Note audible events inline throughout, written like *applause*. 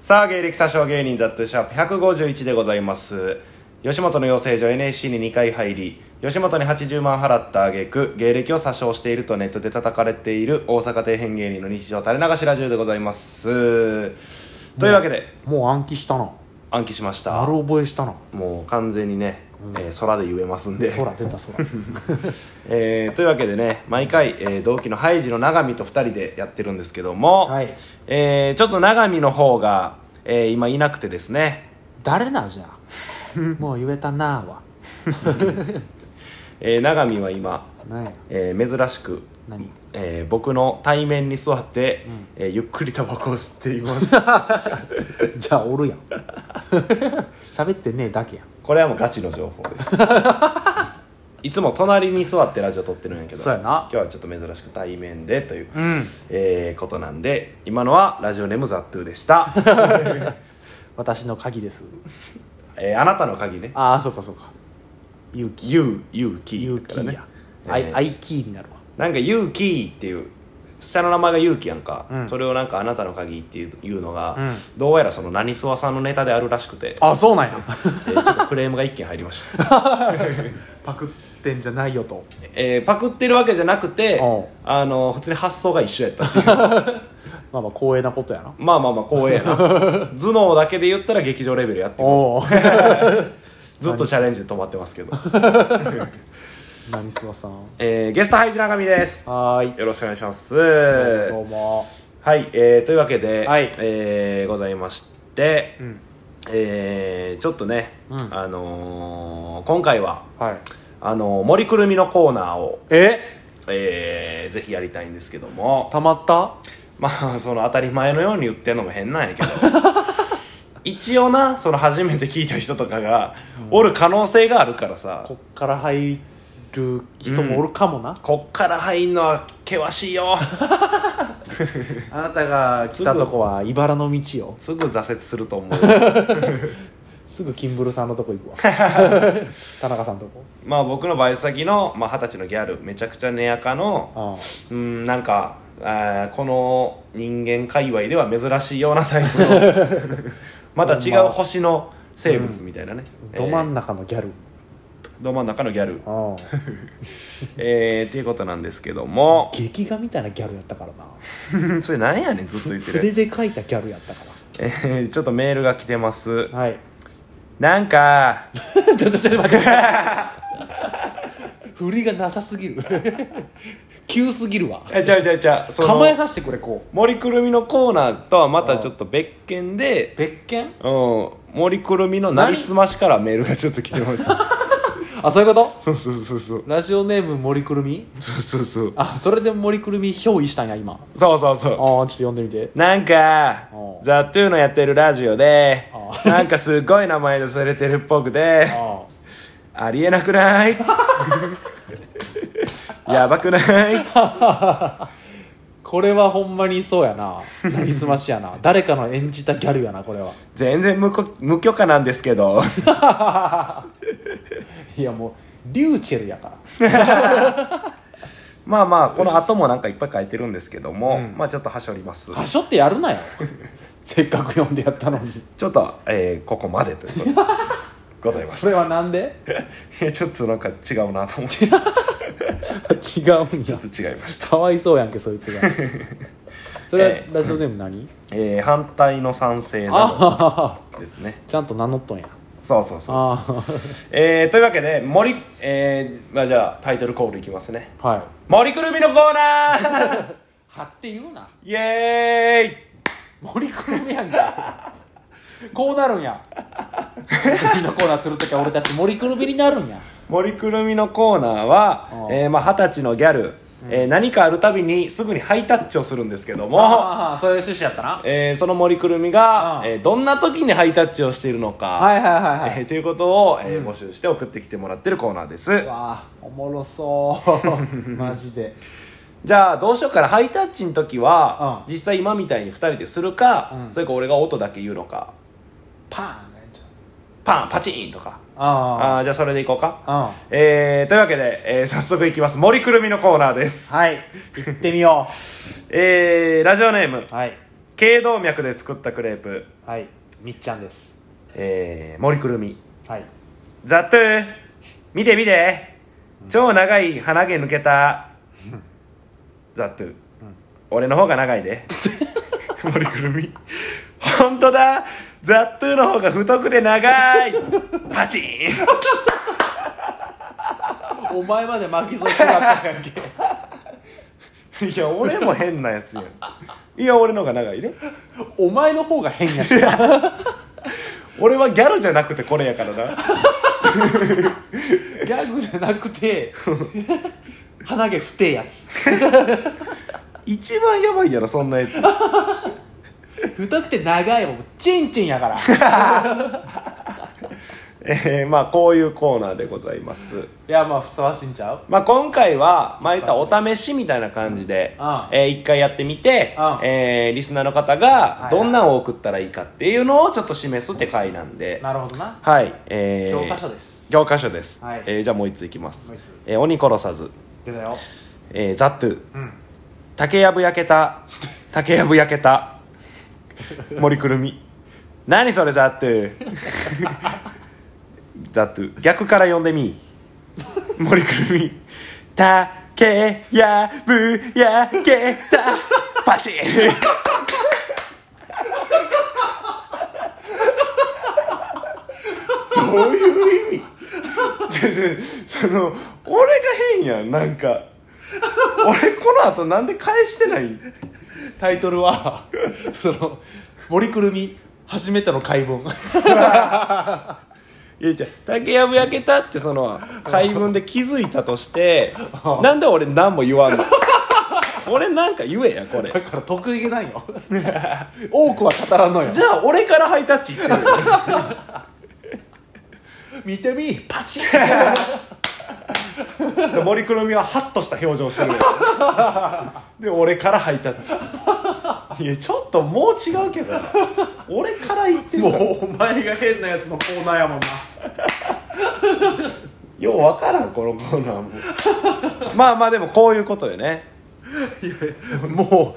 さあ芸歴詐称芸人ザットゥシャープ151でございます吉本の養成所 NSC に2回入り吉本に80万払った挙句芸歴を詐称しているとネットで叩かれている大阪底辺芸人の日常垂れ流しラジオでございますというわけでもう暗記したな暗記しました丸覚えしたなもう完全にね、えー空で言えますんで空出た空 *laughs* えーというわけでね毎回、えー同期のハイジの永見と2人でやってるんですけども、はいえーちょっと永見の方が、えー今いなくてですね、誰なじゃ *laughs* あもう言えたなあはえー永見は今、何やえー珍しく、何えー僕の対面に座って、えーゆっくりタバコを吸っています *laughs* じゃあおるやん *laughs* 喋ってねえだけやんこれはもうガチの情報です *laughs* いつも隣に座ってラジオ撮ってるんやけどそうやな今日はちょっと珍しく対面でという、んえーことなんで今のはラジオネームザットゥーで *laughs* した、私の鍵ですえーあなたの鍵ねああそうかそうか勇気ユー、ユーキ勇ーだ気からねやアえイーアイキーになるわなんかユーキーっていう下の名前がユーキやんか、うんそれをなんかあなたの鍵っていういうのが、うんどうやらその何諏訪さんのネタであるらしくて、あそうなんやえーちょっとクレームが一件入りました、 *laughs* パクってんじゃないよとえーパクってるわけじゃなくておうあの普通に発想が一緒やった *laughs* っていうまあまあ光栄なことやなまあまあまあ光栄やな頭脳だけで言ったら劇場レベルやってるおおずっとチャレンジで止まってますけど、 *laughs* 何すわさんえーゲストハイジ長見ですはーいよろしくお願いしますどうもはい、えーというわけで、はいえーございまして、うんえーちょっとね、うんあのー今回ははいあのー森くるみのコーナーを、ええーぜひやりたいんですけどもたまったまあその当たり前のように言ってるのも変なんや *laughs* けど一応なその初めて聞いた人とかがおる可能性があるからさ、こっから入る人もおるかもな、こっから入んのは険しいよあなたが来たとこは茨の道よすぐ挫折すると思 *laughs* うすぐキンブルさんのとこ行 *laughs* くわ田中さんのとこまあ僕のバイト先のまあ二十、歳のギャルめちゃくちゃ寝やかのあうんなんかあーこの人間界隈では珍しいようなタイプの *laughs* また違う星の生物みたいなね、あど真ん中のギャル、えーど真ん中のギャル、あえー、っていうことなんですけど *laughs* あも劇画みたいなギャルやったからなそれなんやねんずっと言ってる筆 *laughs* やつ、で描いたギャルやったかえーちょっとメールが来てますらはいなんかちょっとちょっと待って振りがなさすぎる急すぎるわえちゃうちゃうちゃうその構えさせてくれこ森くるみのコーナーとはまたちょっと別件でう別件うん森くるみのなりすましからメールがちょっと来て *laughs* ますあそういうことそうそうそうそうラジオネーム森くるみそうそうそうあそれで森くるみ憑依したんや今そうそうああちそょっと読んでみてうなんかおうザ・トゥーのやってるラジオでおなんかすごい名前出されてるっぽくてあありえなくない *laughs* やばくないこれはほんまにそうやななりすましやな誰かの演じたギャルやなこれは全然無こ無許可なんですけどいやもうリューチェルやからまあまあこの後もなんかいっぱい書いてるんですけども、うんまあちょっとはしょりますはしょってやるなよせっかく読んでやったのにちょっと、えーここまでということでございましそれはなんでたい *laughs* やちょっとなんか違うなと思ってちょ違うんやっと違いましたかわいそうやんけそいつがそれえはラジオネーム何、えー反対の賛成なあどですねあちゃんと名乗っとんやそうそうそうそうあえーというわけで森、えーまあ、じゃあタイトルコールいきますねあはい森くるみのコーナー *laughs* はって言うなイエ森くるみやんかこうなるんや次のコーナーするときは俺たち森くるみになるんやーイ森くるみのコーナーはう二ん十、えーまあ、20歳のギャル、えー何かあるたびにすぐにハイタッチをするんですけども、ああそういう趣旨やったな *laughs* えーその森くるみが、うんえーどんな時にハイタッチをしているのか、はいはいはいはい、えーということを、えー募集して送ってきてもらってるコーナーですうわあおもろそう *laughs* マジでじゃあどうしようかなハイタッチの時は、うん実際今みたいに2人でするか、うんそれか俺が音だけ言うのかパーンねちょっパンパチーンとかとああーじゃあそれでいこうかあうんえー、というわけで、えー早速いきます森くるみのコーナーです、はい行ってみよえー、ラジオネームうはい頸動脈で作ったクレープ、はいみっちゃんですえー、森くるみはいザトゥー見て見て超長い鼻毛抜けたザトゥー、俺の方が長いで *laughs* 森くるみ本当だザトゥーの方が太くて長いパチンお前まで巻き添え食らったやんけいや俺も変なやつやんいや俺の方が長いね *laughs* お前の方が変やし俺はギャルじゃなくてこれやからなギャグじゃなくて *laughs* 鼻毛不定やつ一番やばいやろそんなやつ太くて長いもんチンチンやからいえー、まあこういうコーナーでございますやまあふさわしいんちゃうまあ、今回は、まあ、言ったらお試しみたいな感じで、うんえー一回やってみて、うんえーリスナーの方いはがいどんなんを送ったらいいかっていうのをちょっと示すって回なんで、なるほどなはい、えー教科書です教科書です、はいえーじゃあもう一ついきますもう一つ「えー鬼殺さず出たよ」えーザットゥうん竹やぶ焼けた」「竹やぶ焼けた」「森くるみ」「何それザットゥ」「ザットゥ」逆から呼んでみ「森くるみ」「たけやぶ焼けた」「パチン」どういう意味ちょちょその俺が変やんなんか俺この後なんで返してないんタイトルはその森くるみ初めての解 *laughs* 文いやじゃあ竹やぶ焼けたってその解文で気づいたと *laughs* してなんで俺何も言わんの俺なんか言えやこれだから得意げないよ多くは語らんのよじゃあ俺からハイタッチ言ってる見てみパチン森くるみはハッとした表情してるよで俺からハイタッチいやちょっともう違うけど俺から言ってるからうお前が変なやつのコーナーやもんなようわからんこのコーナーもまあまあでもこういうことよね *laughs* も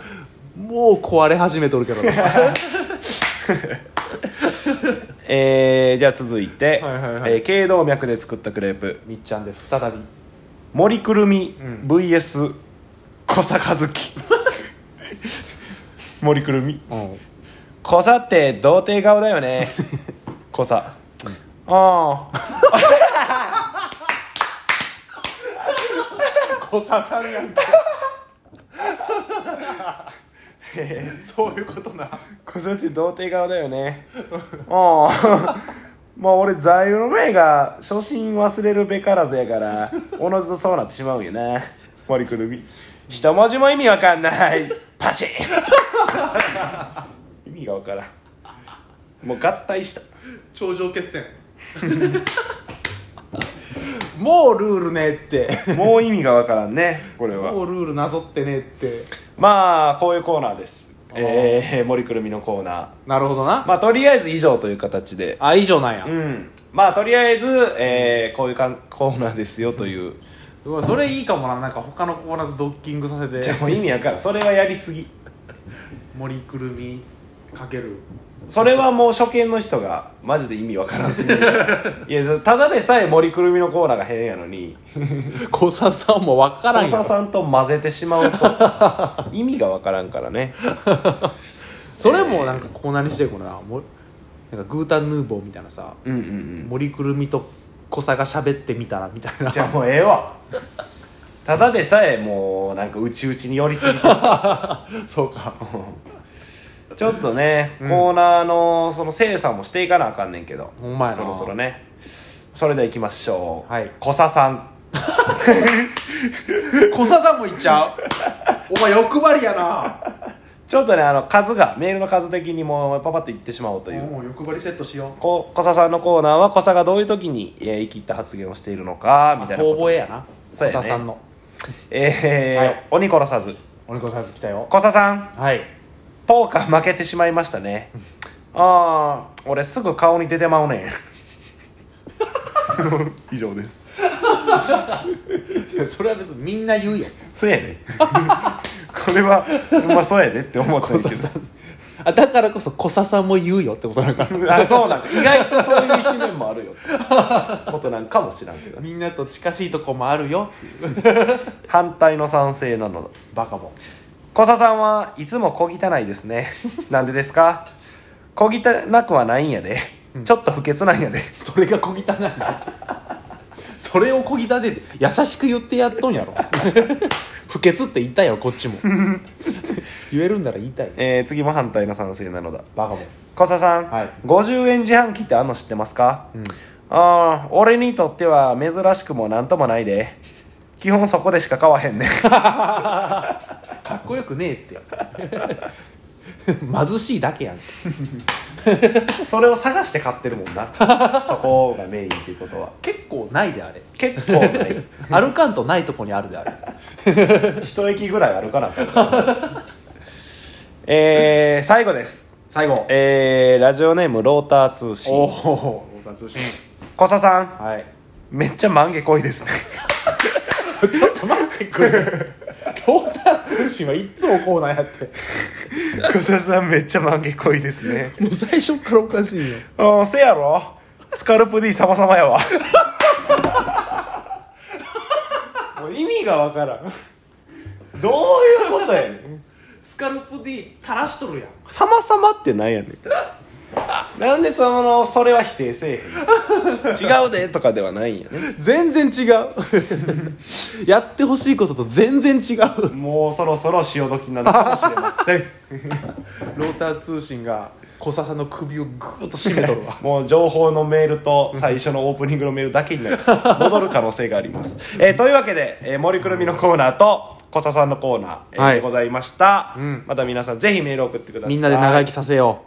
うもう壊れ始めとるけどなえー、じゃあ続いてはいはいはいえー頸動脈で作ったクレープ *laughs* みっちゃんです再び森くるみん VS 小坂月 *laughs* 森くるみうん小さって童貞顔だよ *laughs* ね小さああ小佐さんやん *laughs* けそういうことな小さって童貞顔だよねああまあ俺座右の銘が初心忘れるべからずやからおのずとそうなってしまうんよな森くるみ一文字も意味わかんないパチン意味がわからんもう合体した頂上決戦 *laughs* もうルールねって *laughs* もう意味がわからんねこれもはうルールなぞってねってまあこういうコーナーですあーえー、森くるみのコーナーなるほどなまあとりあえず以上という形であ以上なんやう、んまあとりあえず、えーこういうかんコーナーですよといううわそれいいかもななんか他のコーナーとドッキングさせ *laughs* じゃてあもう意味わからんそれはやりすぎ森くるみかけるそれはもう初見の人がマジで意味わからん *laughs* すぎるいやそただでさえ森くるみのコーナーが変やのに小佐さんもわか小佐さんと混ぜてしまうと意味がわからんからねそれもなんかコーナーにしてこのなもなんかグータンヌーボーみたいなさ、うんうんうん森くるみと小佐が喋ってみたらみたいなじゃあもうええわただでさえもうなんかうちうちに寄りすぎて *laughs* そうかちょっとね、うんコーナーのその精査もしていかなあかんねんけどほんまやなそろそろねそれではいきましょうはい小佐さん小佐さんもいっちゃうお前欲張りやなちょっとねあの数がメールの数的にもうパパっていってしまおうというもう欲張りセットしようこ小佐さんのコーナーは小佐がどういう時に、えー、言い切った発言をしているのかみたいな遠こと吠えやなそうや小ね佐さんのえーはい鬼殺さずお猫さん来たよ小佐さんはいポーカー負けてしまいましたねああ俺すぐ顔に出てまうねん *laughs* 以上ですそれは別にみんな言うよ *laughs* そうやねこれはまあそうやねって思ったんですけどあだからこそ小笹さんも言うよってことなんかなあそうなんか意外とそういう一面もあるよ *laughs* ってことなんかもしらんけどね *laughs* みんなと近しいとこもあるよっていう反対の賛成なのだバカボン小佐さんはいつも小汚いですね *laughs* なんでですか小汚くはないんやで、ちょっと不潔なんや *laughs* でそれが小汚いなそれを小汚で優しく言ってやっとん *laughs* やろ不潔って言ったよこっち *laughs* も言えるんなら言いたいえー、次も反対の賛成なのだバカもん小佐さん、はい50円自販機ってあんの知ってますか、んああ俺にとっては珍しくもなんともないで基本そこでしか買わへ *laughs* んねかっこよくねえって *laughs* 貧しいだけやんそれを探して買ってるも *laughs* んなそこがメインっていうことは結構ないであれ結構ない歩かんとないとこにあるであれ *laughs* 一駅ぐらいあるかな *laughs* えー、最後です最後えー、ラジオネームローター通信おお通信小佐さんはいめっちゃ満月濃い *laughs* ですねちょっと待ってくれローター通信はいっつもこうなんやって小佐さんめっちゃ満月濃いですねもう最初からおかしいようんせやろスカルプ D 様様やわもう意味がわからんどういうことやねんスカルプ D 垂らしとるやん様様ってなんやねんなんでそのそれは否定せえへん違うでとかではないんやね全然違う *laughs* やってほしいことと全然違うもうそろそろ潮時なのかもしれませんローター通信が小笹の首をグーッと締めとる *laughs* わ *laughs* もう情報のメールと最初のオープニングのメールだけになる *laughs* 戻る可能性があります、えーというわけで、えー森くるみのコーナーと小佐さんのコーナー、えーはいございました、んまた皆さんぜひメールを送ってくださいみんなで長生きさせよ